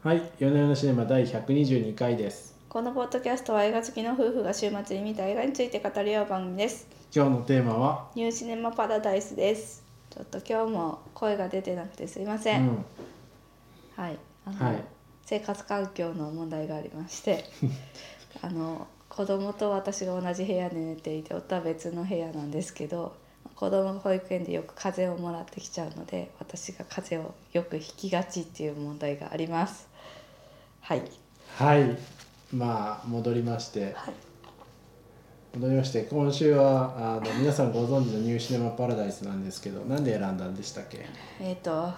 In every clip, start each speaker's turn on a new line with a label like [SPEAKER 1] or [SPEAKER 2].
[SPEAKER 1] はい、夜な夜なシネマ第122回です。
[SPEAKER 2] このポッドキャストは映画好きの夫婦が週末に見た映画について語り合う番組です。
[SPEAKER 1] 今日のテーマは、
[SPEAKER 2] ニューシネマパラダイスです。ちょっと今日も声が出てなくてすいま
[SPEAKER 1] う
[SPEAKER 2] せん。
[SPEAKER 1] ん、
[SPEAKER 2] はい。あの、
[SPEAKER 1] はい
[SPEAKER 2] 生活環境の問題があり まして、あの子供と私が同じ部屋で寝ていて、夫は別の部屋なんですけど、子供が保育園でよく風邪をもらってきちゃうので、私が風邪をよくひきがちっていう問題があります。はい。
[SPEAKER 1] はい、まあ戻りまして、
[SPEAKER 2] はい。
[SPEAKER 1] 戻りまして、今週はあの皆さんご存知のニューシネマパラダイスなんですけど、なんで選んだんでしたっけ？
[SPEAKER 2] えー、と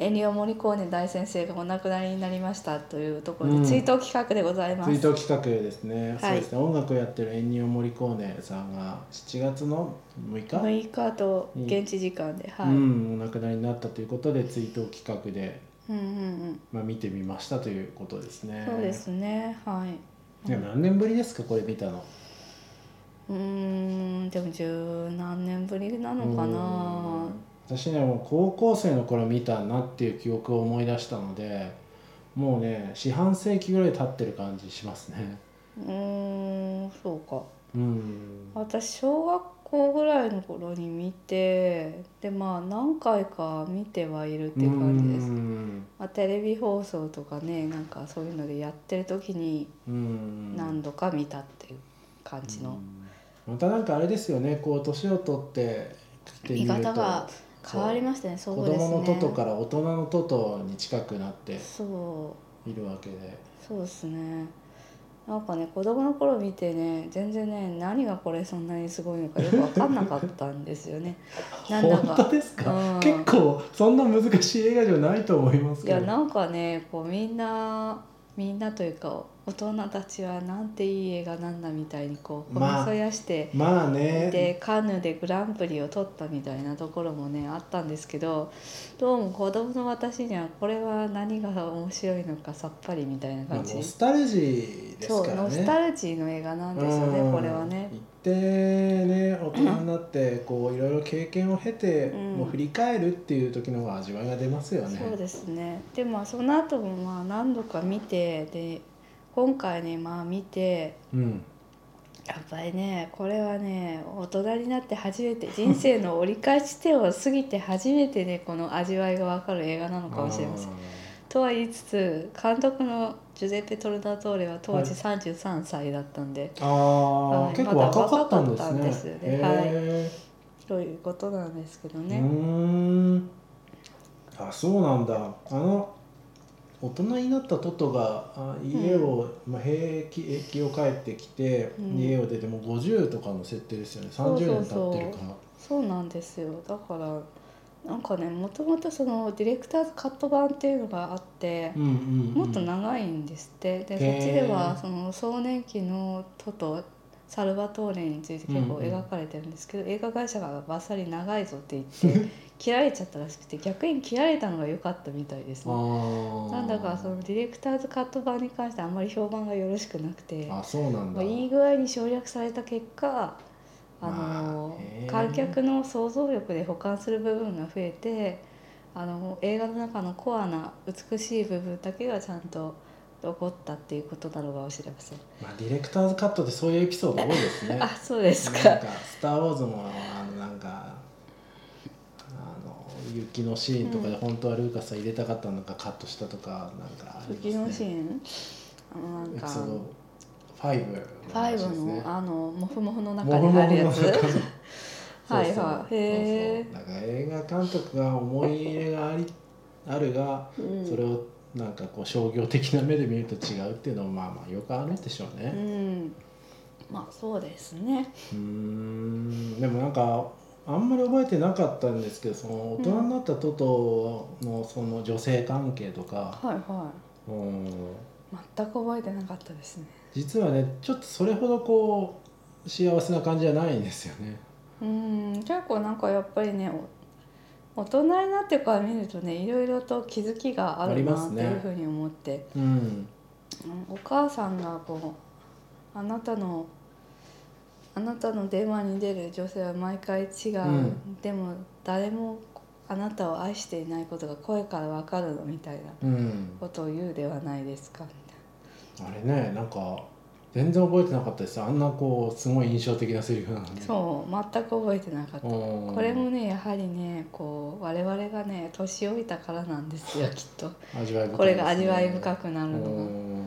[SPEAKER 2] エニオ・モリコーネ大先生がお亡くなりになりましたというところ
[SPEAKER 1] うん
[SPEAKER 2] で追悼企画でございます。
[SPEAKER 1] 追悼企画ですね。
[SPEAKER 2] い
[SPEAKER 1] そうですね。音楽をやってるエンニオモリコーネさんが7月の6日、
[SPEAKER 2] 6日と現地時間で、はい、
[SPEAKER 1] う
[SPEAKER 2] うん
[SPEAKER 1] ん、お亡くなりになったということで追悼企画で。
[SPEAKER 2] うんうん
[SPEAKER 1] まあ、見てみましたということですね。
[SPEAKER 2] そうですね、はい。
[SPEAKER 1] いや何年ぶりですかこれ見たの？
[SPEAKER 2] うーん、でも十何年ぶりなの
[SPEAKER 1] う
[SPEAKER 2] かな。
[SPEAKER 1] ん私ねもう高校生の頃見たなっていう記憶を思い出したのでもうね四半世紀ぐらい経ってる感じしますね
[SPEAKER 2] うーん、そうか。
[SPEAKER 1] うん
[SPEAKER 2] 私小学校ぐらいの頃に見て、でまあ何回か見てはいるっていう感じです。
[SPEAKER 1] うん
[SPEAKER 2] まあ、テレビ放送とかねなんかそういうのでやってる時に
[SPEAKER 1] うん
[SPEAKER 2] 何度か見たっていう感じの、
[SPEAKER 1] うんまたなんかあれですよねこう年を取ってきてみ
[SPEAKER 2] 見
[SPEAKER 1] ると
[SPEAKER 2] 方が変わりましたねそう
[SPEAKER 1] 子
[SPEAKER 2] ですね
[SPEAKER 1] 供のトトから大人のトトに近くなって
[SPEAKER 2] そう
[SPEAKER 1] いるわけで
[SPEAKER 2] そうですねなんかね子供の頃見てね全然ね何がこれそんなにすごいのかよく分かんなかったんです よねなんだ
[SPEAKER 1] 本当
[SPEAKER 2] か
[SPEAKER 1] ですか、
[SPEAKER 2] うん
[SPEAKER 1] 結構そんな難しい映画じゃないと思います
[SPEAKER 2] い
[SPEAKER 1] けど
[SPEAKER 2] やなんかねこうみんなみんなというか大人たちはなんていい映画なんだみたいにこうほ
[SPEAKER 1] まあ
[SPEAKER 2] のそやして、
[SPEAKER 1] まあね
[SPEAKER 2] でカヌーでグランプリを取ったみたいなところもねあったんですけどどうも子供の私にはこれは何が面白いのかさっぱりみたいな
[SPEAKER 1] まあ
[SPEAKER 2] 感じ、
[SPEAKER 1] ノスタルジーです
[SPEAKER 2] そ
[SPEAKER 1] か
[SPEAKER 2] う
[SPEAKER 1] ら
[SPEAKER 2] ノ
[SPEAKER 1] ね。
[SPEAKER 2] スタルジーの映画なんですよ
[SPEAKER 1] うん
[SPEAKER 2] ねこれはね
[SPEAKER 1] 行ってね大人になってこういろいろ経験を経て、
[SPEAKER 2] うん
[SPEAKER 1] もう振り返るっていう時の方が味わいが出ますよね。
[SPEAKER 2] そうですねでまあその後もまあ何度か見てで今回ねまあ見て
[SPEAKER 1] うん。
[SPEAKER 2] やっぱりねこれはね大人になって初めて人生の折り返し点を過ぎて初めてねこの味わいがわかる映画なのかもしれません
[SPEAKER 1] あー。
[SPEAKER 2] とは言いつつ監督のジュゼッペ・トルナトーレは当時33歳だったんで、
[SPEAKER 1] あー、
[SPEAKER 2] はい
[SPEAKER 1] 結構若かったんで
[SPEAKER 2] まだ
[SPEAKER 1] すね。
[SPEAKER 2] 若かったんですよね
[SPEAKER 1] へ
[SPEAKER 2] ということなんですけど
[SPEAKER 1] ー
[SPEAKER 2] ね、
[SPEAKER 1] うーん。あ、そうなんだ。あの大人になったトトがあ家を、まあ平気平気を帰ってきて、
[SPEAKER 2] うん
[SPEAKER 1] 家を出てもう50とかの設定ですよね。
[SPEAKER 2] そうそう
[SPEAKER 1] 30年
[SPEAKER 2] そう
[SPEAKER 1] 経ってるから。
[SPEAKER 2] そうなんですよだからなんかねもともとそのディレクターズカット版っていうのがあって、
[SPEAKER 1] うんうんうん
[SPEAKER 2] もっと長いんですってで
[SPEAKER 1] へ
[SPEAKER 2] そ
[SPEAKER 1] ー
[SPEAKER 2] っちではその壮年期のトとサルバトーレについて結構
[SPEAKER 1] うんうん
[SPEAKER 2] 描かれてるんですけど、映画会社がバッサリ長いぞって言って 切られちゃったらしくて逆に切られたのが良かったみたいですね。
[SPEAKER 1] あ
[SPEAKER 2] なんだかそのディレクターズカット版に関してあんまり評判がよろしくなくて
[SPEAKER 1] あそうなん
[SPEAKER 2] ま
[SPEAKER 1] だ
[SPEAKER 2] あ、いい具合に省略された結果あ
[SPEAKER 1] ま
[SPEAKER 2] の
[SPEAKER 1] あね
[SPEAKER 2] 観客の想像力で補完する部分が増えてあの映画の中のコアな美しい部分だけがちゃんと残ったっていうことなのかもしれません。
[SPEAKER 1] まあ、ディレクターズカットでそういうエピソード多いですね
[SPEAKER 2] あそうです
[SPEAKER 1] なん
[SPEAKER 2] か。
[SPEAKER 1] か「スター・ウォーズも」あのなんかあの雪のシーンとかで
[SPEAKER 2] うん
[SPEAKER 1] 本当はルーカスは入れたかったのかカットしたとかなんかありますね
[SPEAKER 2] 時のシーンあのなん
[SPEAKER 1] エ
[SPEAKER 2] か
[SPEAKER 1] ピソード
[SPEAKER 2] フ
[SPEAKER 1] 5
[SPEAKER 2] ァイ
[SPEAKER 1] 話で
[SPEAKER 2] ブ
[SPEAKER 1] すね
[SPEAKER 2] のあのモフモフの
[SPEAKER 1] モ
[SPEAKER 2] 中
[SPEAKER 1] フモフ
[SPEAKER 2] にあるや
[SPEAKER 1] の
[SPEAKER 2] つ。
[SPEAKER 1] 中の
[SPEAKER 2] はい
[SPEAKER 1] そう
[SPEAKER 2] はいへ
[SPEAKER 1] そうそう
[SPEAKER 2] え。
[SPEAKER 1] なんか映画監督が思い入れがありあるが
[SPEAKER 2] うん
[SPEAKER 1] それをなんかこう商業的な目で見ると違うっていうのもまあまあよくあるんでしょう
[SPEAKER 2] う
[SPEAKER 1] ね。
[SPEAKER 2] ん、まあそうですね。
[SPEAKER 1] うーんでもなんかあんまり覚えてなかったんですけどその大人になったトトのその女性関係とか、
[SPEAKER 2] はいは
[SPEAKER 1] うん、
[SPEAKER 2] い。全く覚えてなかったですね。
[SPEAKER 1] 実はねちょっとそれほどこう幸せな感じじゃないんですよね。
[SPEAKER 2] うん、結構なんかやっぱりね、お大人になってから見るとね、いろいろと気づきがあ
[SPEAKER 1] あり
[SPEAKER 2] る
[SPEAKER 1] ま
[SPEAKER 2] な
[SPEAKER 1] す
[SPEAKER 2] って
[SPEAKER 1] ね
[SPEAKER 2] いうふうに思って、
[SPEAKER 1] うん、
[SPEAKER 2] うんお母さんがこうあなたのあなたの電話に出る女性は毎回違う、
[SPEAKER 1] うん
[SPEAKER 2] でも誰もあなたを愛していないことが声からわかるのみたいな
[SPEAKER 1] うん
[SPEAKER 2] ことを言うではないですかみたい
[SPEAKER 1] あれねなんか全然覚えてなかったですあんなこうすごい印象的なセリフなのに
[SPEAKER 2] なそう全く覚えてなかった
[SPEAKER 1] うん
[SPEAKER 2] これもねやはりねこう我々がね年老いたからなんですよきっと
[SPEAKER 1] 味わい深いですね
[SPEAKER 2] これが味わい深くなるの
[SPEAKER 1] う
[SPEAKER 2] が。
[SPEAKER 1] ん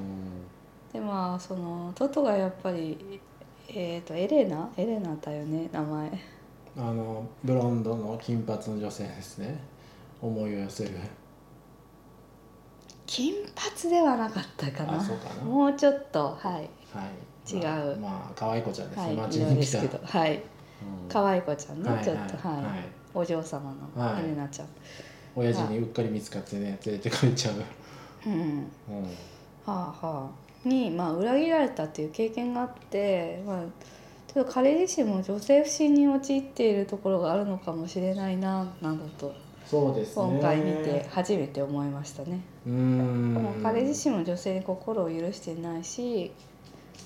[SPEAKER 2] でまあそのトトがやっぱりえっ、とエレナエレナだよね名前
[SPEAKER 1] あのブロンドの金髪の女性ですね思いを寄せる
[SPEAKER 2] 金髪ではなかったかな
[SPEAKER 1] あそうかな
[SPEAKER 2] もうちょっとはい
[SPEAKER 1] はい
[SPEAKER 2] 違う
[SPEAKER 1] まあ、まあ可愛い子ちゃんですね、
[SPEAKER 2] はい
[SPEAKER 1] 街
[SPEAKER 2] 色
[SPEAKER 1] に
[SPEAKER 2] で
[SPEAKER 1] 来た
[SPEAKER 2] すけどはい
[SPEAKER 1] うん
[SPEAKER 2] 可愛い子ちゃんね、
[SPEAKER 1] はい
[SPEAKER 2] ちょっとはい、
[SPEAKER 1] はい
[SPEAKER 2] お嬢様の
[SPEAKER 1] はい
[SPEAKER 2] エレナちゃん、
[SPEAKER 1] 親父にうっかり見つかってね連れてかれちゃう、
[SPEAKER 2] うん
[SPEAKER 1] うん、
[SPEAKER 2] はあはあに、まあ、裏切られたっていう経験があって、まあ、ちょっと彼自身も女性不信に陥っているところがあるのかもしれないななどと
[SPEAKER 1] そうですね
[SPEAKER 2] 今回見て初めて思いましたね。
[SPEAKER 1] うーん
[SPEAKER 2] もう彼自身も女性に心を許していないし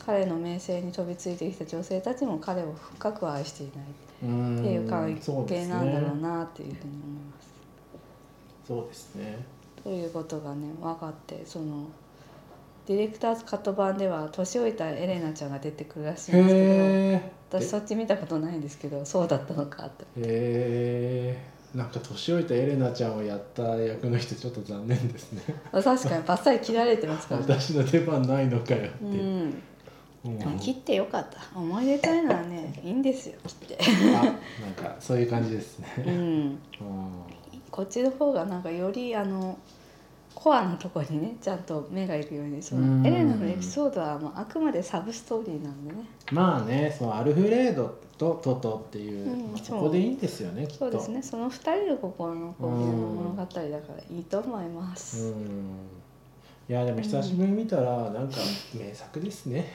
[SPEAKER 2] 彼の名声に飛びついてきた女性たちも彼を深く愛していない
[SPEAKER 1] 身
[SPEAKER 2] っていう関
[SPEAKER 1] そうで
[SPEAKER 2] 係
[SPEAKER 1] す
[SPEAKER 2] なんだろう
[SPEAKER 1] ね
[SPEAKER 2] なっていうふうに思います。
[SPEAKER 1] そうですね
[SPEAKER 2] ということがね分かってそのディレクターズカット版では年老いたエレナちゃんが出てくるらしいんですけ
[SPEAKER 1] へえ
[SPEAKER 2] ど私そっち見たことないんですけどそうだったのかって
[SPEAKER 1] へえなんか年老いたエレナちゃんをやった役の人ちょっと残念ですね
[SPEAKER 2] 確かにバッサリ切られて ますからね。
[SPEAKER 1] 私の出番ないのかよって、
[SPEAKER 2] うん、
[SPEAKER 1] うん
[SPEAKER 2] でも切ってよかった思い出たいのは ねいいんですよ切って、
[SPEAKER 1] あなんかそういう感じです
[SPEAKER 2] う
[SPEAKER 1] ね、
[SPEAKER 2] ん、
[SPEAKER 1] うん、
[SPEAKER 2] こっちの方がなんかよりあのコアなところにねちゃんと目がいくようにそ
[SPEAKER 1] うん
[SPEAKER 2] のエレナのエピソードは、まあ、あくまでサブストーリーなんでね
[SPEAKER 1] まあねそのアルフレードとトトっていう、
[SPEAKER 2] うん
[SPEAKER 1] まあ、そ
[SPEAKER 2] そう
[SPEAKER 1] こでいいんですよねきっと
[SPEAKER 2] そうですねその二人の心の交流の物語だからいいと思いま
[SPEAKER 1] う
[SPEAKER 2] す、
[SPEAKER 1] んいやでも久しぶりに見たらなんか名作ですね、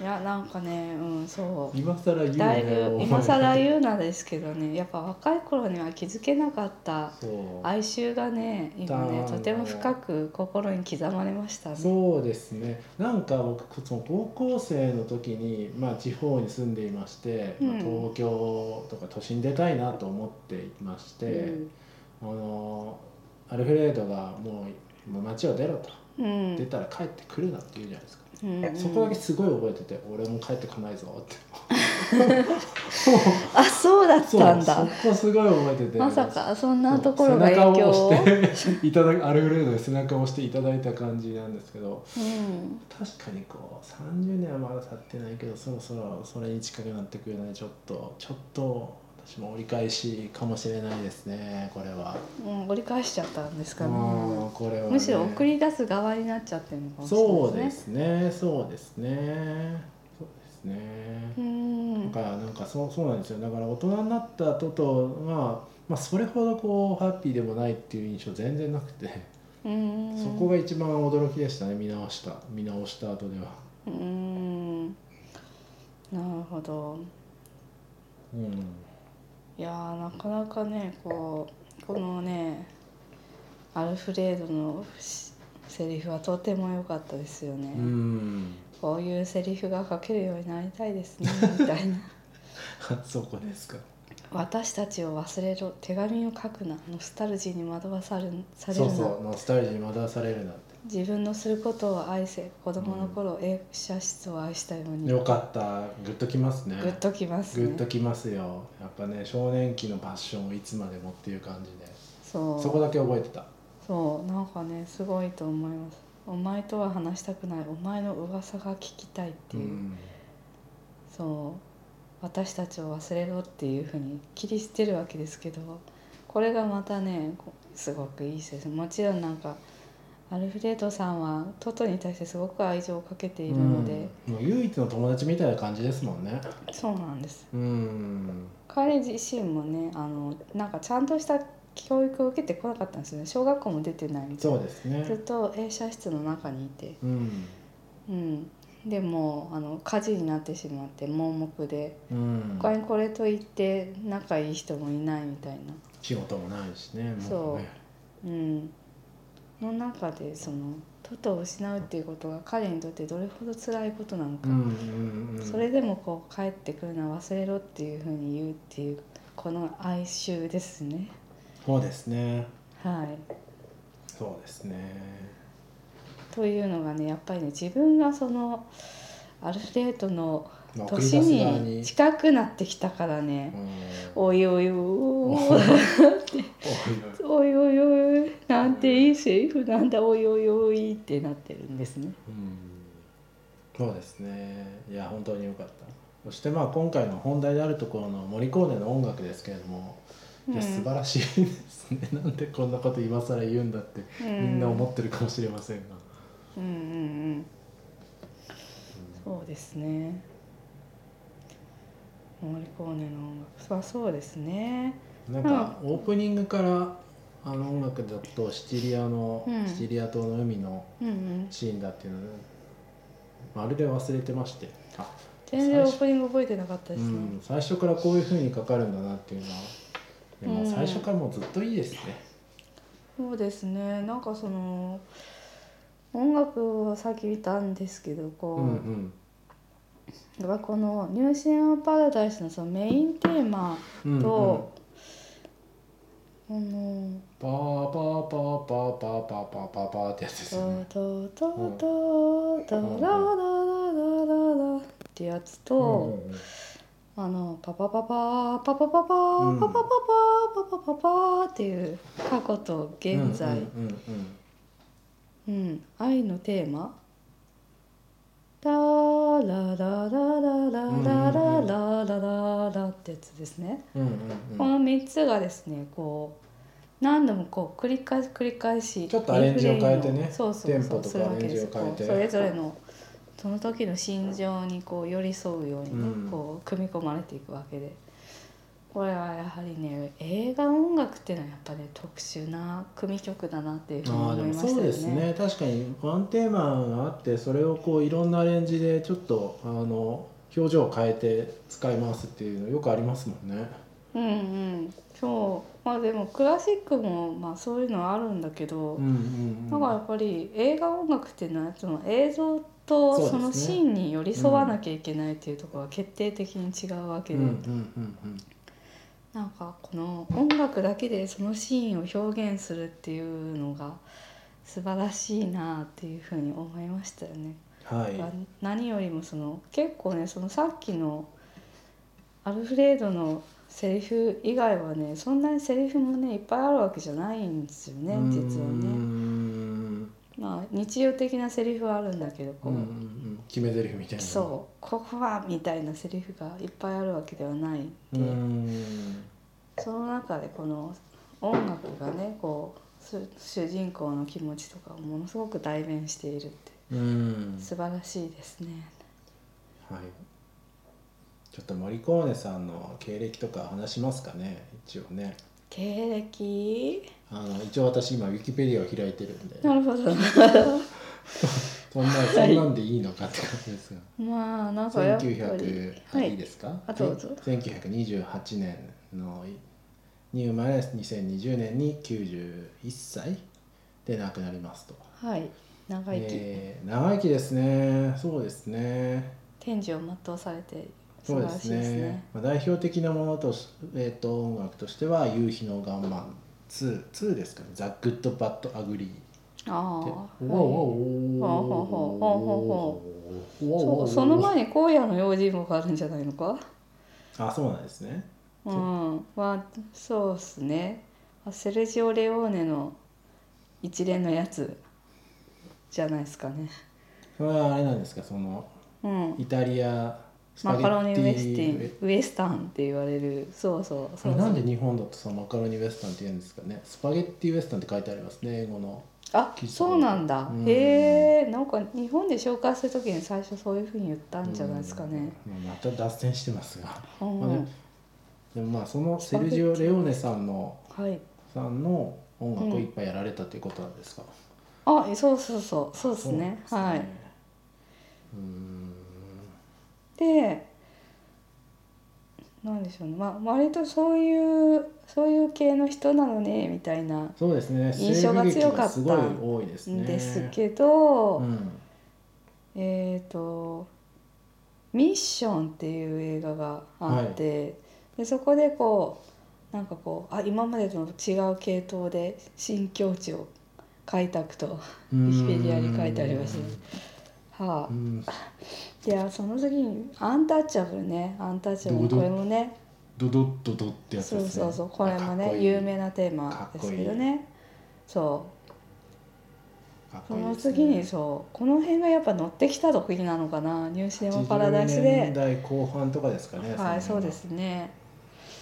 [SPEAKER 2] いやなんかねうんそ
[SPEAKER 1] 今更言う
[SPEAKER 2] うだい
[SPEAKER 1] ね
[SPEAKER 2] ぶ今更言うなんですけどねやっぱ若い頃には気づけなかった
[SPEAKER 1] そう
[SPEAKER 2] 哀愁がね今ね
[SPEAKER 1] だ
[SPEAKER 2] とても深く心に刻まれましたね
[SPEAKER 1] そうですねなんか僕その高校生の時に、まあ、地方に住んでいまして、まあ
[SPEAKER 2] うん
[SPEAKER 1] 東京とか都心出たいなと思っていまして、あのアルフレードがもうもう街を出ろと
[SPEAKER 2] うんうん
[SPEAKER 1] 出たら帰ってくるなって言うじゃないですか、
[SPEAKER 2] うんうん
[SPEAKER 1] そこだけすごい覚えてて俺も帰ってこないぞって
[SPEAKER 2] あそうだっ
[SPEAKER 1] そ
[SPEAKER 2] た
[SPEAKER 1] うんそ
[SPEAKER 2] だ
[SPEAKER 1] こすごい覚えてて
[SPEAKER 2] まさかそん
[SPEAKER 1] そ
[SPEAKER 2] な
[SPEAKER 1] う
[SPEAKER 2] ところが影響を
[SPEAKER 1] 背中を押していただ アルフレードに背中を押していただいた感じなんですけど
[SPEAKER 2] うん
[SPEAKER 1] 確かにこう30年はまだ経ってないけどそろそろそれに近くなってくるのでちょっとちょっと私も折り返しかもしれないですねこれは。
[SPEAKER 2] もう折り返しちゃったんですかね
[SPEAKER 1] うんこれはね
[SPEAKER 2] むしろ送り出す側になっちゃってるのかもしれ
[SPEAKER 1] そう
[SPEAKER 2] ない
[SPEAKER 1] で
[SPEAKER 2] ですね
[SPEAKER 1] すねそうですねそうですね。
[SPEAKER 2] う
[SPEAKER 1] だ
[SPEAKER 2] ん
[SPEAKER 1] からなんかそうそうなんですよだから大人になったととまあまあそれほどこうハッピーでもないっていう印象全然なくて、
[SPEAKER 2] うん
[SPEAKER 1] そこが一番驚きでしたね見直した見直した後では。
[SPEAKER 2] うんなるほど
[SPEAKER 1] うん
[SPEAKER 2] いやーなかなかねこうこのねアルフレードのしセリフはとても良かったですよね、
[SPEAKER 1] うん、
[SPEAKER 2] こういうセリフが書けるようになりたいですねみたいな
[SPEAKER 1] そこですか。
[SPEAKER 2] 私たちを忘れろ手紙を書くなノスタルジーに惑わされされ
[SPEAKER 1] そ
[SPEAKER 2] る
[SPEAKER 1] う
[SPEAKER 2] な
[SPEAKER 1] そうノスタルジーに惑わされるなって、
[SPEAKER 2] 自分のすることを愛せ子供の頃映写室を愛したように
[SPEAKER 1] よかったグッときますね
[SPEAKER 2] グッときます
[SPEAKER 1] グッ
[SPEAKER 2] ね
[SPEAKER 1] ときますよやっぱね少年期のパッションをいつまでもっていう感じで
[SPEAKER 2] そう
[SPEAKER 1] そこだけ覚えてた
[SPEAKER 2] そうなんかねすごいと思いますお前とは話したくないお前の噂が聞きたいって
[SPEAKER 1] う
[SPEAKER 2] いう、
[SPEAKER 1] ん
[SPEAKER 2] そう私たちを忘れろっていうふうに切り捨てるわけですけどこれがまたねこすごくいいですもちろんなんかアルフレードさんはトトに対してすごく愛情をかけているので、
[SPEAKER 1] うんもう唯一の友達みたいな感じですもんね
[SPEAKER 2] そうなんです
[SPEAKER 1] うん
[SPEAKER 2] 彼自身もねあのなんかちゃんとした教育を受けてこなかったんですよね小学校も出てないみたい
[SPEAKER 1] そ
[SPEAKER 2] な
[SPEAKER 1] うです
[SPEAKER 2] ずっ
[SPEAKER 1] ね
[SPEAKER 2] と映写室の中にいて、
[SPEAKER 1] うん
[SPEAKER 2] うん、でもあの火事になってしまって盲目で
[SPEAKER 1] うん
[SPEAKER 2] 他にこれといって仲いい人もいないみたいな、
[SPEAKER 1] 仕事もないしねも
[SPEAKER 2] そう
[SPEAKER 1] ね
[SPEAKER 2] うん、の中でそのトトを失うっていうことが彼にとってどれほど辛いことなのか、
[SPEAKER 1] うんうんうん
[SPEAKER 2] それでもこう帰ってくるのは忘れろっていうふうに言うっていうこの哀愁ですね。
[SPEAKER 1] そうですね
[SPEAKER 2] はい、
[SPEAKER 1] そうですね
[SPEAKER 2] というのがねやっぱりね自分がそのアルフレードの
[SPEAKER 1] まあ送り
[SPEAKER 2] 年
[SPEAKER 1] 出す側
[SPEAKER 2] に
[SPEAKER 1] に
[SPEAKER 2] 近くなってきたからね
[SPEAKER 1] うん
[SPEAKER 2] おいおいお
[SPEAKER 1] おい
[SPEAKER 2] い
[SPEAKER 1] おい
[SPEAKER 2] おいおいおいなんていいセリフなんだおいおいおいってなってるんですね。
[SPEAKER 1] うんそうですねいや本当に良かったそしてまあ今回の本題であるところのモリコーネの音楽ですけれどもいや
[SPEAKER 2] うん
[SPEAKER 1] 素晴らしいですね、なんでこんなこと今更言うんだって
[SPEAKER 2] う
[SPEAKER 1] みんな思ってるかもしれませんが、
[SPEAKER 2] うんうんうんそうですねモリコーネの音楽まあそうですね
[SPEAKER 1] なんかオープニングからあの音楽だとシチリアの、
[SPEAKER 2] うん
[SPEAKER 1] シチリア島の海の
[SPEAKER 2] うんうん
[SPEAKER 1] シーンだっていうのをまるで忘れてましてあ
[SPEAKER 2] 全然オープニング覚えてなかったで
[SPEAKER 1] う
[SPEAKER 2] すね、
[SPEAKER 1] ん、最初からこういうふうにかかるんだなっていうのはでも
[SPEAKER 2] うん
[SPEAKER 1] 最初からもうずっといいですね、
[SPEAKER 2] そうですねなんかその音楽をさっき見たんですけどこ
[SPEAKER 1] う
[SPEAKER 2] う、
[SPEAKER 1] んうん
[SPEAKER 2] やっぱこの「ニューシン・アン・パラダイス」のそのメインテーマ
[SPEAKER 1] うんうん、
[SPEAKER 2] と、この
[SPEAKER 1] パーパーパーパーパーパーパーパーパーってやつで
[SPEAKER 2] ドドドドドドドドド
[SPEAKER 1] すよね。
[SPEAKER 2] ドドってやつと、あのパパパパパパパパパパパパパパパっていう過去と現在、
[SPEAKER 1] うんうんうん
[SPEAKER 2] うん、愛のテーマ。ララララララララララララってやつですね。
[SPEAKER 1] うんうんう
[SPEAKER 2] こ
[SPEAKER 1] んうん
[SPEAKER 2] の三つがですね、こう。何度もこう繰り返し繰り返し
[SPEAKER 1] ちょっとアレンジを変えてね
[SPEAKER 2] リフレインをそうそう
[SPEAKER 1] テンポ
[SPEAKER 2] そう
[SPEAKER 1] とか
[SPEAKER 2] するわけです
[SPEAKER 1] アレンジを変えて
[SPEAKER 2] こうそれぞれのその時の心情にこう寄り添うようにね、
[SPEAKER 1] うん
[SPEAKER 2] こう組み込まれていくわけでこれはやはりね映画音楽っていうのはやっぱね特殊な組曲だなっていうふうに
[SPEAKER 1] ああで
[SPEAKER 2] 思い
[SPEAKER 1] も
[SPEAKER 2] ました
[SPEAKER 1] そ
[SPEAKER 2] よね。
[SPEAKER 1] うですね確かにワンテーマがあってそれをこういろんなアレンジでちょっとあの表情を変えて使い回すっていうのよくありますもんね。
[SPEAKER 2] うんうんそうまあでもクラシックもまあそういうのはあるんだけど、
[SPEAKER 1] うんうんう
[SPEAKER 2] だ
[SPEAKER 1] ん
[SPEAKER 2] からやっぱり映画音楽っていうのはその映像とそ
[SPEAKER 1] そう
[SPEAKER 2] の
[SPEAKER 1] ですね
[SPEAKER 2] シーンに寄り添わなきゃいけないっていうところが決定的に違うわけ
[SPEAKER 1] うん
[SPEAKER 2] で、
[SPEAKER 1] うんうんうん
[SPEAKER 2] なんかこの音楽だけでそのシーンを表現するっていうのが素晴らしいなっていうふうに思いましたよね。
[SPEAKER 1] はい。
[SPEAKER 2] な何よりもその結構ねそのさっきのアルフレードのセリフ以外はねそんなにセリフもねいっぱいあるわけじゃないんですよね実は
[SPEAKER 1] うー
[SPEAKER 2] ね。
[SPEAKER 1] ん
[SPEAKER 2] まあ日常的なセリフはあるんだけど
[SPEAKER 1] う
[SPEAKER 2] こ
[SPEAKER 1] ん
[SPEAKER 2] う、
[SPEAKER 1] うんうん決め台詞みたいな。
[SPEAKER 2] そうここはみたいなセリフがいっぱいあるわけではないん
[SPEAKER 1] う
[SPEAKER 2] で、
[SPEAKER 1] ーん。
[SPEAKER 2] その中でこの音楽がねこうす主人公の気持ちとかをものすごく代弁しているって
[SPEAKER 1] うん。
[SPEAKER 2] 素晴らしいですね。
[SPEAKER 1] はい。ちょっとモリコーネさんの経歴とか話しますかね、一応ね。
[SPEAKER 2] 経歴
[SPEAKER 1] あの一応私今ウィキペディアを開いてるんで、
[SPEAKER 2] なるほど
[SPEAKER 1] そんなそんなんでいいのかって感じですが。
[SPEAKER 2] まあなんかやっぱり
[SPEAKER 1] 1900あ
[SPEAKER 2] はい
[SPEAKER 1] い
[SPEAKER 2] い
[SPEAKER 1] ですか？
[SPEAKER 2] あどうぞ
[SPEAKER 1] 1928年のに生まれ2020年に91歳で亡くなりますと。
[SPEAKER 2] はい長生き、
[SPEAKER 1] えー長生きですね。そうですね。
[SPEAKER 2] 天寿を全うされて素
[SPEAKER 1] そう
[SPEAKER 2] 晴
[SPEAKER 1] で
[SPEAKER 2] ら
[SPEAKER 1] す
[SPEAKER 2] しいです
[SPEAKER 1] ね
[SPEAKER 2] ね。。
[SPEAKER 1] まあ、代表的なものとし、えっ、と、音楽としては、夕日の岩盤。ツー、ツーですかね。ザ・グッド・バッド・アグリー。
[SPEAKER 2] あ
[SPEAKER 1] でうわう
[SPEAKER 2] あ、
[SPEAKER 1] わ
[SPEAKER 2] はい
[SPEAKER 1] おー
[SPEAKER 2] ほうほうほ
[SPEAKER 1] うわうわうわ
[SPEAKER 2] そうその前に荒野の用心棒があるんじゃないのか
[SPEAKER 1] あ、そうなんですね。
[SPEAKER 2] うんはそうっすねセルジオ・レオーネの一連のやつじゃないですかね
[SPEAKER 1] それはあれなんですか、その
[SPEAKER 2] うん
[SPEAKER 1] イタリア。ス
[SPEAKER 2] マ
[SPEAKER 1] ゲ
[SPEAKER 2] カロニ
[SPEAKER 1] ッ
[SPEAKER 2] ウ
[SPEAKER 1] ティ
[SPEAKER 2] エスティンウエスタンって言われるそうそう
[SPEAKER 1] あ
[SPEAKER 2] そ
[SPEAKER 1] れ
[SPEAKER 2] う
[SPEAKER 1] なん
[SPEAKER 2] そ
[SPEAKER 1] で
[SPEAKER 2] う
[SPEAKER 1] 日本だとそのマカロニウエスタンって言うんですかね。スパゲッティウエスタンって書いてありますね、英語の。
[SPEAKER 2] あ
[SPEAKER 1] 聞いたことある
[SPEAKER 2] そうなんだ
[SPEAKER 1] うん
[SPEAKER 2] へえんか日本で紹介する時に最初そういうふうに言ったんじゃないですかね
[SPEAKER 1] うん。また脱線してますが。
[SPEAKER 2] うん、
[SPEAKER 1] まあ、でもでもまあそのセルジオ・レオーネさんの
[SPEAKER 2] はい
[SPEAKER 1] さんの音楽をいっぱいやられたということなんですか、
[SPEAKER 2] あそうそうそうそうです
[SPEAKER 1] そうなん
[SPEAKER 2] ねはい
[SPEAKER 1] うん
[SPEAKER 2] でなんでしょうね、まあ、割とそういうそういう系の人なのねみたいな
[SPEAKER 1] そうですね
[SPEAKER 2] 印象が強
[SPEAKER 1] 西部
[SPEAKER 2] かった
[SPEAKER 1] 劇がすごい多いですね
[SPEAKER 2] んです
[SPEAKER 1] ど、
[SPEAKER 2] けど、
[SPEAKER 1] うん、
[SPEAKER 2] えっ、と「ミッション」っていう映画があって、でそこでこうなんかこうあ今までとの違う系統で新境地を開拓と、
[SPEAKER 1] ウ
[SPEAKER 2] ィキペディアに書いてありますねは
[SPEAKER 1] う
[SPEAKER 2] あ、
[SPEAKER 1] ん、
[SPEAKER 2] いやその次に「アンタッチャブル」ね「アンタッチャブル」
[SPEAKER 1] どう
[SPEAKER 2] こ
[SPEAKER 1] いう
[SPEAKER 2] れ
[SPEAKER 1] こ
[SPEAKER 2] もね
[SPEAKER 1] ドドッドドってやつ
[SPEAKER 2] そ
[SPEAKER 1] で
[SPEAKER 2] う
[SPEAKER 1] すね
[SPEAKER 2] そうそうこれもね
[SPEAKER 1] かっいい
[SPEAKER 2] 有名なテーマですけどねそう
[SPEAKER 1] かっこ
[SPEAKER 2] そ
[SPEAKER 1] いい
[SPEAKER 2] の
[SPEAKER 1] ですね
[SPEAKER 2] 次にそうこの辺がやっぱ乗ってきた時なのかな「ニューシネマ・パラダイス
[SPEAKER 1] 80
[SPEAKER 2] で
[SPEAKER 1] 年」代後半とかですかね
[SPEAKER 2] はい
[SPEAKER 1] その辺
[SPEAKER 2] そ
[SPEAKER 1] は
[SPEAKER 2] うですね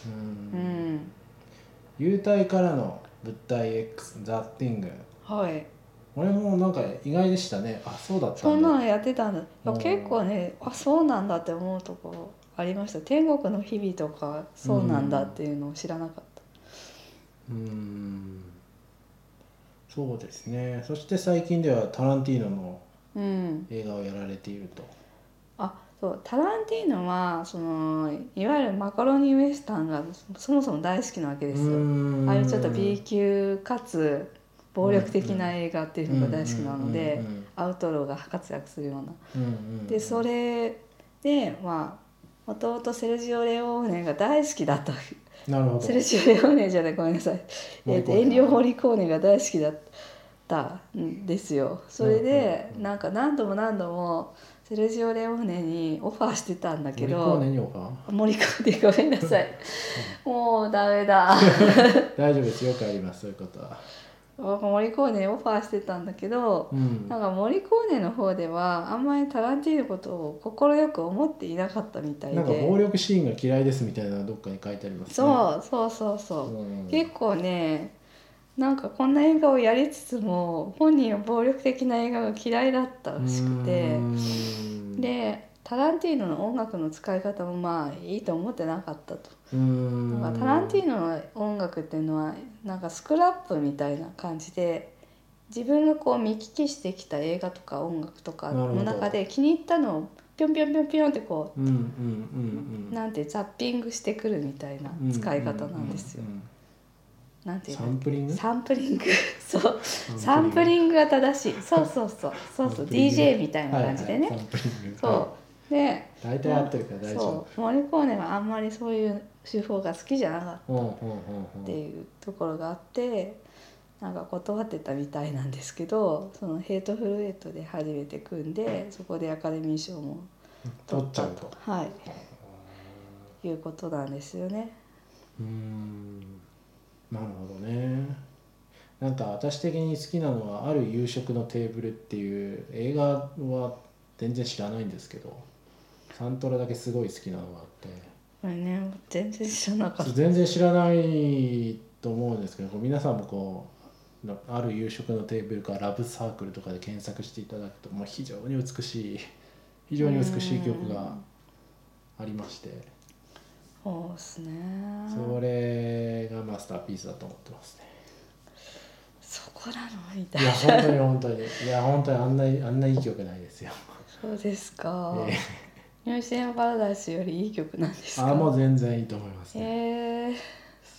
[SPEAKER 1] う
[SPEAKER 2] うんん
[SPEAKER 1] 幽体からの物体 X ザ・ティング
[SPEAKER 2] はい
[SPEAKER 1] 俺もなんか意外でしたねあそうだった
[SPEAKER 2] そんな
[SPEAKER 1] だ
[SPEAKER 2] のやってたんだいや
[SPEAKER 1] うん
[SPEAKER 2] 結構ねあそうなんだって思うとこありました天国の日々とかそうなんだっていうのを知らなかった
[SPEAKER 1] うんそうですねそして最近ではタランティーノの
[SPEAKER 2] うん
[SPEAKER 1] 映画をやられていると
[SPEAKER 2] あそうタランティーノはそのいわゆるマカロニウエスタンがそもそも大好きなわけですよあ
[SPEAKER 1] あ
[SPEAKER 2] あいうちょっと B 級かつ暴力的な映画っていうのが大好きなのでアウトローが活躍するようなでそ
[SPEAKER 1] れ
[SPEAKER 2] れでまあ弟セルジオ・レオーネが大好きだった
[SPEAKER 1] なるほど
[SPEAKER 2] セルジオ・レオーネじゃないごめんなさい、えっと
[SPEAKER 1] モリコーネ
[SPEAKER 2] エンリオ・モリコーネが大好きだったんですよそれで
[SPEAKER 1] うんうんうん
[SPEAKER 2] なんか何度も何度もセルジオ・レオーネにオファーしてたんだ
[SPEAKER 1] モ
[SPEAKER 2] け
[SPEAKER 1] リコー
[SPEAKER 2] ど
[SPEAKER 1] ネにオファー
[SPEAKER 2] モリコーネごめんなさいもうダメだ。
[SPEAKER 1] 大丈夫ですよくありますそういうことは、
[SPEAKER 2] 森コーネオファーしてたんだけど、
[SPEAKER 1] うん
[SPEAKER 2] なんか森コーネの方ではあんまりタランティーノのことを快く思っていなかったみたいで
[SPEAKER 1] なんか暴力シーンが嫌いですみたいなのどっかに書いてありますね
[SPEAKER 2] そうそうそうそう、
[SPEAKER 1] うん
[SPEAKER 2] 結構ねなんかこんな映画をやりつつも本人は暴力的な映画が嫌いだったらしくて
[SPEAKER 1] うーん
[SPEAKER 2] でタランティーノの音楽の使い方もまあいいと思ってなかったと。
[SPEAKER 1] うーん
[SPEAKER 2] なんかタランティーノの音楽っていうのはなんかスクラップみたいな感じで自分がこう見聞きしてきた映画とか音楽とか
[SPEAKER 1] なるほ
[SPEAKER 2] の
[SPEAKER 1] ど
[SPEAKER 2] 中で気に入ったのをピョンピョンピョンピョンってこ
[SPEAKER 1] うんうんうんう
[SPEAKER 2] うんなんてザッピングしてくるみたいな
[SPEAKER 1] うん
[SPEAKER 2] 使い方なんですよ
[SPEAKER 1] う。ん
[SPEAKER 2] なんて
[SPEAKER 1] うん
[SPEAKER 2] いう
[SPEAKER 1] サ
[SPEAKER 2] の
[SPEAKER 1] ンプリング
[SPEAKER 2] サンプリング そうサ
[SPEAKER 1] サ
[SPEAKER 2] ンプ
[SPEAKER 1] ン
[SPEAKER 2] リングが正しいそうそうそうそう
[SPEAKER 1] サ
[SPEAKER 2] そう
[SPEAKER 1] ンプリング
[SPEAKER 2] DJ みたいな
[SPEAKER 1] はい
[SPEAKER 2] 感じでね、
[SPEAKER 1] はいサンプリングは
[SPEAKER 2] そうで
[SPEAKER 1] い大体合ってるから大丈夫
[SPEAKER 2] そうモリコーネはあんまりそういう手法が好きじゃなかった
[SPEAKER 1] うんうんうんうん
[SPEAKER 2] っていうところがあってなんか断ってたみたいなんですけどその「ヘイトフルエイト」で初めて組んでそこでアカデミー賞も
[SPEAKER 1] 取
[SPEAKER 2] 取
[SPEAKER 1] っ
[SPEAKER 2] っ
[SPEAKER 1] ちゃ
[SPEAKER 2] た
[SPEAKER 1] うと
[SPEAKER 2] はいいうことなんですよね。
[SPEAKER 1] うーんなるほどねなんか私的に好きなのは「ある夕食のテーブル」っていう映画は全然知らないんですけどサントラだけすごい好きなのがあっ
[SPEAKER 2] これね全然知らなかってた。
[SPEAKER 1] 全然知らないと思うんですけどこう皆さんもこう「ある夕食のテーブル」か「ラブサークル」とかで検索していただくと、まあ、非常に美しい非常に美しい曲がありまして
[SPEAKER 2] そうですね。
[SPEAKER 1] それがマスターピースだと思ってますね。
[SPEAKER 2] そこなのみたい
[SPEAKER 1] いや本
[SPEAKER 2] な。
[SPEAKER 1] 当に本当にいや本当にあんなあんないい曲ないですよ。
[SPEAKER 2] そうですか。
[SPEAKER 1] ええ
[SPEAKER 2] ニューシアンパラダイスよりいい曲なんですか。
[SPEAKER 1] あもう全然いいと思います
[SPEAKER 2] え
[SPEAKER 1] ね。
[SPEAKER 2] え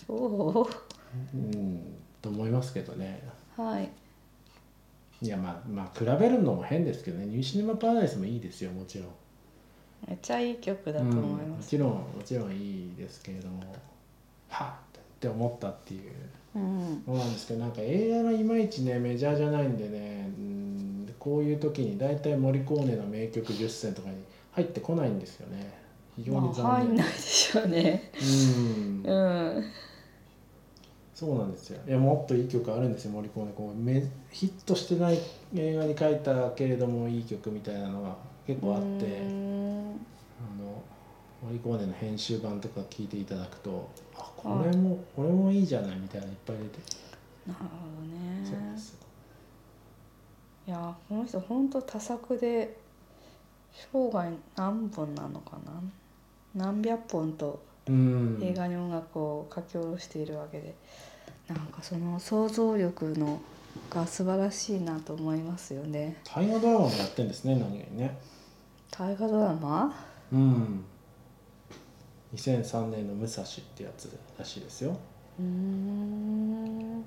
[SPEAKER 2] そ
[SPEAKER 1] うんと思いますけどね。
[SPEAKER 2] う。はい。
[SPEAKER 1] いやまあまあ比べるのも変ですけどね。ニューシネマパラダイスもいいですよもちろん。
[SPEAKER 2] めっちゃいい曲だと思い
[SPEAKER 1] うん
[SPEAKER 2] ま
[SPEAKER 1] も
[SPEAKER 2] す。
[SPEAKER 1] ちろんもちろんいいですけれども、はっって思ったっていう
[SPEAKER 2] うん。
[SPEAKER 1] そうなんですけどなんか映画がいまいちねメジャーじゃないんでね。うんこういう時に大体モリコーネの名曲10選とかに入ってこないんですよね。非常
[SPEAKER 2] ま
[SPEAKER 1] に
[SPEAKER 2] あ入
[SPEAKER 1] 残
[SPEAKER 2] ん
[SPEAKER 1] 念
[SPEAKER 2] な。いでしょうね。
[SPEAKER 1] うん
[SPEAKER 2] う。ん。
[SPEAKER 1] そうなんですよいやもっといい曲あるんですよ森コーネこうめヒットしてない映画に書いたけれどもいい曲みたいなのが結構あって
[SPEAKER 2] うーん
[SPEAKER 1] あの森コーネの編集版とか聞いていただくとあこれもこれもいいじゃないみたいなのいっぱい出て
[SPEAKER 2] なるほどね。
[SPEAKER 1] そうなんですよ
[SPEAKER 2] いやこの人本当多作で生涯何本なのかな何百本と
[SPEAKER 1] うん
[SPEAKER 2] 映画に音楽を書き下ろしているわけで、なんかその想像力のが素晴らしいなと思いますよね。
[SPEAKER 1] 大河ドラマもやってんですね何気にね
[SPEAKER 2] 大河ドラマ
[SPEAKER 1] うん2003年の「武蔵」ってやつらしいですよ
[SPEAKER 2] うーん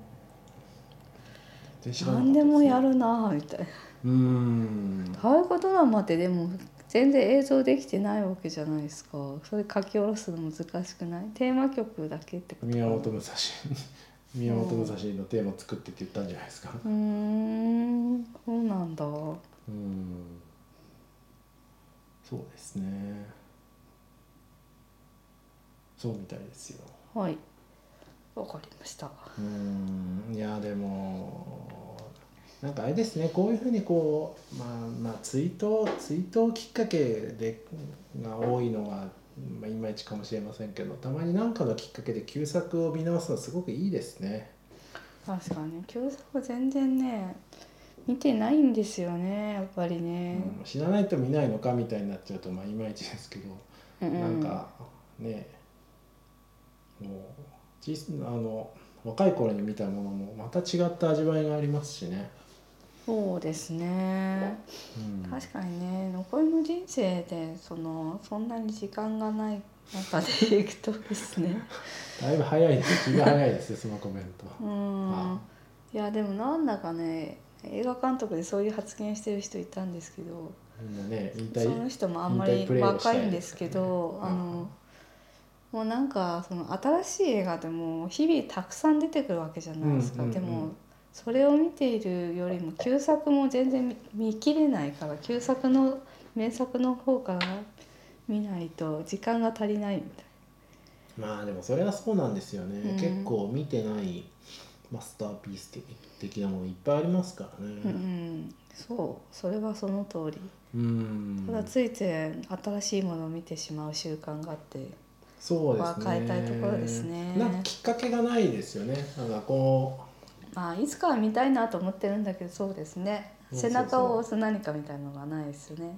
[SPEAKER 1] 全然知らなかった
[SPEAKER 2] 何
[SPEAKER 1] すね
[SPEAKER 2] でもやるなみたいな。
[SPEAKER 1] うん
[SPEAKER 2] 大河ドラマってでも全然映像できてないわけじゃないですかそれ書き下ろすの難しくないテーマ曲だけってことか
[SPEAKER 1] 宮
[SPEAKER 2] な
[SPEAKER 1] 本武蔵宮本武蔵のテーマ作ってって言ったんじゃないですか
[SPEAKER 2] うーんそうなんだ
[SPEAKER 1] うんそうですねそうみたいですよ
[SPEAKER 2] はいわかりました
[SPEAKER 1] うんいやでもなんかあれですねこういうふうにこうまあまあ追悼追悼きっかけでが多いのが、まあ、いまいちかもしれませんけどたまに何かのきっかけで旧作を見直すのすごくいいですね。
[SPEAKER 2] 確かに旧作全然ね見てないんですよねやっぱりね、
[SPEAKER 1] うん知らないと見ないのかみたいになっちゃうとまあいまいちですけど、
[SPEAKER 2] う
[SPEAKER 1] なんかねもうじあの若い頃に見たものもまた違った味わいがありますしね。
[SPEAKER 2] そうですね
[SPEAKER 1] うん
[SPEAKER 2] 確かにね残りの人生でそのそんなに時間がない中でいくとですね
[SPEAKER 1] だいぶ早いです気が早いですねそのコメントは
[SPEAKER 2] う。ん
[SPEAKER 1] あ
[SPEAKER 2] いやでもなんだかね映画監督でそういう発言してる人いたんですけど
[SPEAKER 1] みんなね引
[SPEAKER 2] その
[SPEAKER 1] 退
[SPEAKER 2] 人もあんま
[SPEAKER 1] 引退
[SPEAKER 2] り
[SPEAKER 1] プレイをした
[SPEAKER 2] 若
[SPEAKER 1] い
[SPEAKER 2] いんですけど
[SPEAKER 1] です
[SPEAKER 2] あ
[SPEAKER 1] よね
[SPEAKER 2] のもうなんかその新しい映画でも日々たくさん出てくるわけじゃないですか、
[SPEAKER 1] うんうんうん
[SPEAKER 2] でもそれを見ているよりも旧作も全然見見切れないから旧作の名作の方から見ないと時間が足りないみたい
[SPEAKER 1] まあでもそれはそうなんですよね、
[SPEAKER 2] うん
[SPEAKER 1] 結構見てないマスターピース的的なものいっぱいありますから
[SPEAKER 2] な、う
[SPEAKER 1] ね。
[SPEAKER 2] ん、そうそれはその通り
[SPEAKER 1] うん
[SPEAKER 2] ただついつい新しいものを見てしまう習慣があって
[SPEAKER 1] そうで
[SPEAKER 2] は
[SPEAKER 1] すね。
[SPEAKER 2] 変えたいところですね
[SPEAKER 1] なんかきっかけがないですよね。なんかこ
[SPEAKER 2] まあいつかは見たいなと思ってるんだけどそうですね
[SPEAKER 1] そうそうそう
[SPEAKER 2] 背中を押す何かみたいのがないですね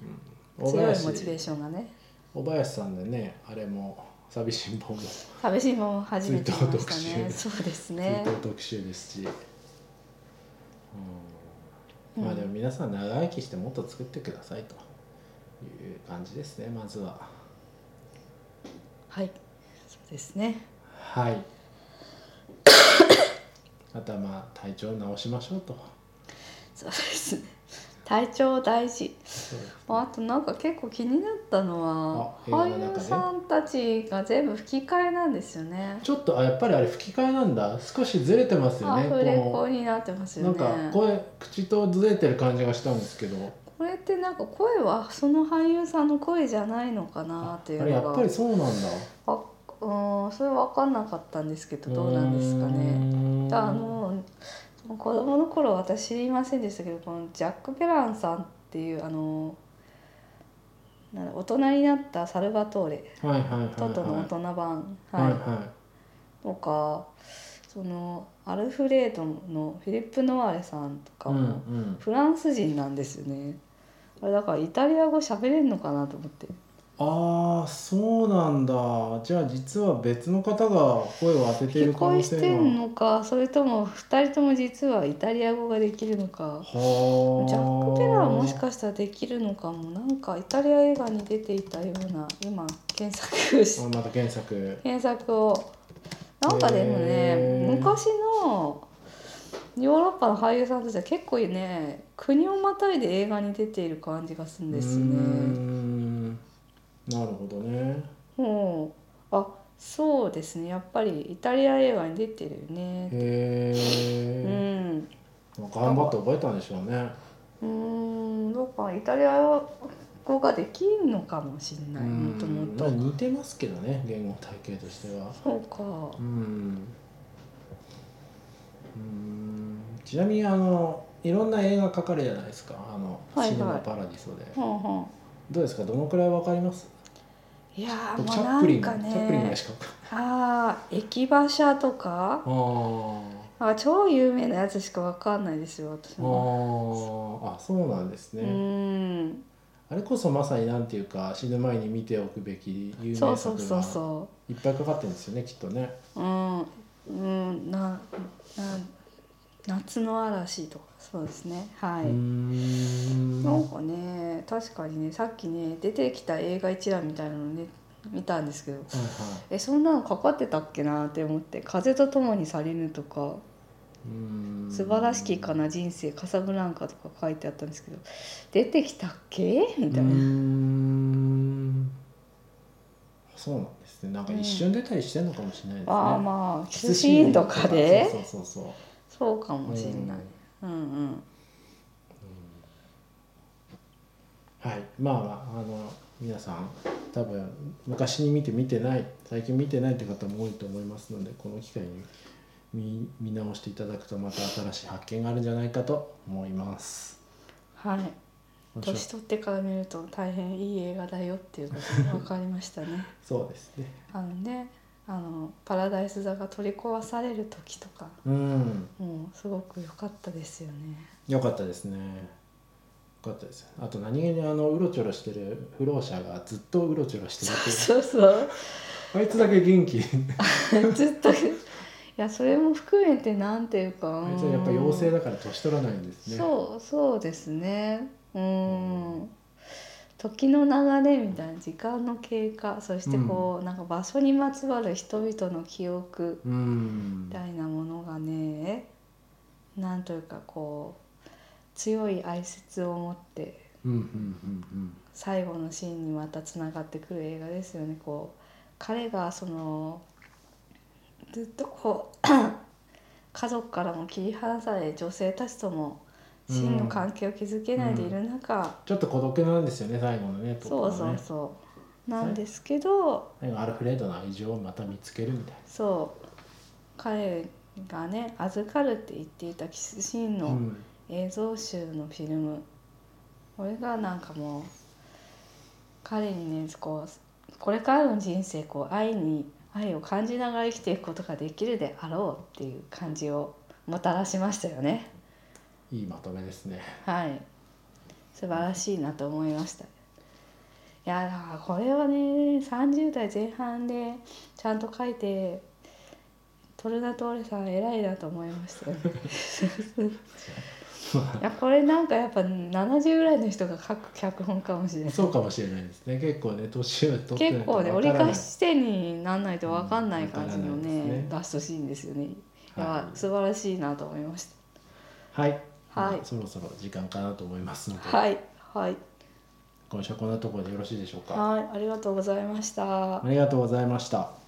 [SPEAKER 1] う小
[SPEAKER 2] 強いモチベー
[SPEAKER 1] 林
[SPEAKER 2] ションがね
[SPEAKER 1] 小林さんでねあれも寂しんぼも
[SPEAKER 2] 寂しいもん初めて見ま
[SPEAKER 1] 追悼
[SPEAKER 2] した
[SPEAKER 1] 特
[SPEAKER 2] ね
[SPEAKER 1] 集
[SPEAKER 2] そうです
[SPEAKER 1] ツイー
[SPEAKER 2] ね
[SPEAKER 1] ト特集ですし。うんまあでも皆さん長生きしてもっと作ってくださいという感じですねまずは。
[SPEAKER 2] はいそうですね
[SPEAKER 1] はい。あとはまあ体調を直しましょうと。
[SPEAKER 2] そうですね体調大事
[SPEAKER 1] そうですね
[SPEAKER 2] あとなんか結構気になったのは
[SPEAKER 1] あ映画の
[SPEAKER 2] 俳
[SPEAKER 1] 中で
[SPEAKER 2] 優さんたちが全部吹き替えなんですよね
[SPEAKER 1] ちょっとあやっぱりあれ吹き替えなんだ。少しずれてますよ
[SPEAKER 2] ア
[SPEAKER 1] ね。
[SPEAKER 2] フレコ
[SPEAKER 1] こ
[SPEAKER 2] になってます
[SPEAKER 1] のな
[SPEAKER 2] よ
[SPEAKER 1] ん
[SPEAKER 2] ね
[SPEAKER 1] か声口とずれてる感じがしたんですけど、
[SPEAKER 2] これってなんか声はその俳優さんの声じゃないのかなっていう
[SPEAKER 1] あ
[SPEAKER 2] の
[SPEAKER 1] れ
[SPEAKER 2] が
[SPEAKER 1] やっぱりそうなんだ。
[SPEAKER 2] あうーんそれ分かんなかったんですけどどうなんですかね。
[SPEAKER 1] ね
[SPEAKER 2] あの子供の頃私知りませんでしたけどこのジャック・ペランさんっていうあのなんだ大人になったサルバトーレ
[SPEAKER 1] はいはいはいはい。
[SPEAKER 2] トトの大人版、
[SPEAKER 1] はい
[SPEAKER 2] はい、とかそのアルフレードのフィリップ・ノワーレさんとか
[SPEAKER 1] うんう
[SPEAKER 2] も
[SPEAKER 1] ん。
[SPEAKER 2] フランス人なんですよね。あれだからイタリア語喋れんのかなと思って
[SPEAKER 1] ああそうなんだ。じゃあ実は別の方が声を当ててい
[SPEAKER 2] 聞
[SPEAKER 1] る可
[SPEAKER 2] こ
[SPEAKER 1] 能
[SPEAKER 2] えし
[SPEAKER 1] 性
[SPEAKER 2] てん
[SPEAKER 1] が。
[SPEAKER 2] のかそれとも2人とも実はイタリア語ができるのか
[SPEAKER 1] はあ。
[SPEAKER 2] ジャック・ペラーもしかしたらできるのかもなんかイタリア映画に出ていたような今検索し
[SPEAKER 1] あまた原作。
[SPEAKER 2] 検索をなんかでも
[SPEAKER 1] へ
[SPEAKER 2] ね
[SPEAKER 1] ー
[SPEAKER 2] 昔のヨーロッパの俳優さんたちは結構ね国をまたいで映画に出ている感じがするんです
[SPEAKER 1] う
[SPEAKER 2] よ
[SPEAKER 1] ー
[SPEAKER 2] ね。
[SPEAKER 1] んなるほどね。
[SPEAKER 2] もうあそうですねやっぱりイタリア映画に出てるよね。
[SPEAKER 1] へ
[SPEAKER 2] う
[SPEAKER 1] え、
[SPEAKER 2] ん
[SPEAKER 1] まあ頑張って覚えたんでしょうね。
[SPEAKER 2] うーん、どうかイタリア語ができんのかもしれない。もとも
[SPEAKER 1] まあ
[SPEAKER 2] と。
[SPEAKER 1] 似てますけどね、言語体系としては。
[SPEAKER 2] そう
[SPEAKER 1] う
[SPEAKER 2] か。
[SPEAKER 1] ん。うんちなみにあのいろんな映画描かれるじゃないですか。あの、
[SPEAKER 2] はいはい
[SPEAKER 1] シネマパラディソで。
[SPEAKER 2] ほんほん。
[SPEAKER 1] どうですか。どのくらいわかります。
[SPEAKER 2] いやー、
[SPEAKER 1] 僕チ
[SPEAKER 2] も
[SPEAKER 1] ャッ
[SPEAKER 2] う
[SPEAKER 1] プ
[SPEAKER 2] な
[SPEAKER 1] リ
[SPEAKER 2] ん
[SPEAKER 1] ンの、
[SPEAKER 2] か
[SPEAKER 1] チャップリンぐらい
[SPEAKER 2] ね。
[SPEAKER 1] しかわかんない。
[SPEAKER 2] ああ、駅馬車とか。
[SPEAKER 1] あ
[SPEAKER 2] なんか超有名なやつしかわかんないですよ、私も。
[SPEAKER 1] ーあーあ、そうなんです
[SPEAKER 2] う
[SPEAKER 1] ね。
[SPEAKER 2] ーん。
[SPEAKER 1] あれこそまさになんていうか死ぬ前に見ておくべき有名
[SPEAKER 2] そう
[SPEAKER 1] 作
[SPEAKER 2] そう
[SPEAKER 1] が
[SPEAKER 2] そうそ
[SPEAKER 1] いっぱいかかってるんですよねきっとね。
[SPEAKER 2] う。うん。うん、な、な。夏の嵐とか。そうですね。は
[SPEAKER 1] うー
[SPEAKER 2] い。
[SPEAKER 1] ん
[SPEAKER 2] なんかね確かにねさっきね出てきた映画一覧みたいなのね見たんですけど
[SPEAKER 1] はいはい。
[SPEAKER 2] えそんなのかかってたっけなって思って「風と共に去りぬ」とか
[SPEAKER 1] うーん
[SPEAKER 2] 「素晴らしきかな人生カサブランカ」とか書いてあったんですけど出てきたっけみ
[SPEAKER 1] うー
[SPEAKER 2] たいな。
[SPEAKER 1] んそうなんですねなんか一瞬出たりしてるのかもしれないですね、
[SPEAKER 2] ああまあキ
[SPEAKER 1] キス
[SPEAKER 2] ス
[SPEAKER 1] シ
[SPEAKER 2] シ
[SPEAKER 1] ー
[SPEAKER 2] ー
[SPEAKER 1] ン
[SPEAKER 2] ン
[SPEAKER 1] と
[SPEAKER 2] と
[SPEAKER 1] か
[SPEAKER 2] か
[SPEAKER 1] で
[SPEAKER 2] で
[SPEAKER 1] そうそうそう
[SPEAKER 2] そうかもしれない、うん、うん
[SPEAKER 1] はいまあまああの皆さん多分昔に見て見てない最近見てないって方も多いと思いますのでこの機会に見見直していただくとまた新しい発見があるんじゃないかと思います。
[SPEAKER 2] はい
[SPEAKER 1] 面白い
[SPEAKER 2] 年取ってから見ると大変いい映画だよっていうことが分かりました ね
[SPEAKER 1] そうですね。
[SPEAKER 2] あのねあのパラダイス座が取り壊される時とか
[SPEAKER 1] うん、
[SPEAKER 2] もうすごく良かったですよね
[SPEAKER 1] 良かったですね。良かったです。あと何気にあのうろちょろしてる不老者がずっとうろちょろしてるっていう
[SPEAKER 2] そうそう
[SPEAKER 1] あいつだけ元 気。
[SPEAKER 2] ずっといやそれも含めてなんていうか
[SPEAKER 1] あいつはやっぱ妖精だから年取らないんですね。
[SPEAKER 2] そうそうですねうん、時の流れみたいな時間の経過そしてこう、なんか場所にまつわる人々の記憶
[SPEAKER 1] うん
[SPEAKER 2] み。たいなものがねなんというかこう強い哀説を持って
[SPEAKER 1] うんうんうんうん。
[SPEAKER 2] 最後のシーンにまたつながってくる映画ですよねこう彼がそのずっとこう 家族からも切り離され女性たちとも真の関係を築けないでいる中、
[SPEAKER 1] ちょっと孤独なんですよね最後のね。
[SPEAKER 2] そ
[SPEAKER 1] と
[SPEAKER 2] う
[SPEAKER 1] ころ
[SPEAKER 2] そう
[SPEAKER 1] ね
[SPEAKER 2] そうなんですけど、
[SPEAKER 1] 最後アルフレードの愛情をまた見つけるみたい
[SPEAKER 2] そう彼がね預かるって言っていたキスシーン
[SPEAKER 1] な。
[SPEAKER 2] の映像集のフィルム、これがなんかもう彼にねこうこれからの人生こう愛に愛を感じながら生きていくことができるであろうっていう感じをもたらしましたよね
[SPEAKER 1] いいまとめですね。
[SPEAKER 2] はい素晴らしいなと思いましたいやだからこれはね30代前半でちゃんと書いてトルナトーレさん偉いなと思いましたよね いやこれなんかやっぱ70ぐらいの人が書く脚本かもしれない
[SPEAKER 1] そうかもしれないですね。結構ね年を取って
[SPEAKER 2] 結構ね折り返し点になんないと分かんない感じの
[SPEAKER 1] うんわから
[SPEAKER 2] ね,、
[SPEAKER 1] ないですね
[SPEAKER 2] ラストシーンですよねいや、
[SPEAKER 1] は
[SPEAKER 2] 素晴らしいなと思いまし
[SPEAKER 1] はい。
[SPEAKER 2] はい
[SPEAKER 1] まあそろそろ時間かなと思いますので、
[SPEAKER 2] たはいはい
[SPEAKER 1] 今週はこんなところでよろしいでしょうか。
[SPEAKER 2] はいありがとうございました
[SPEAKER 1] ありがとうございました。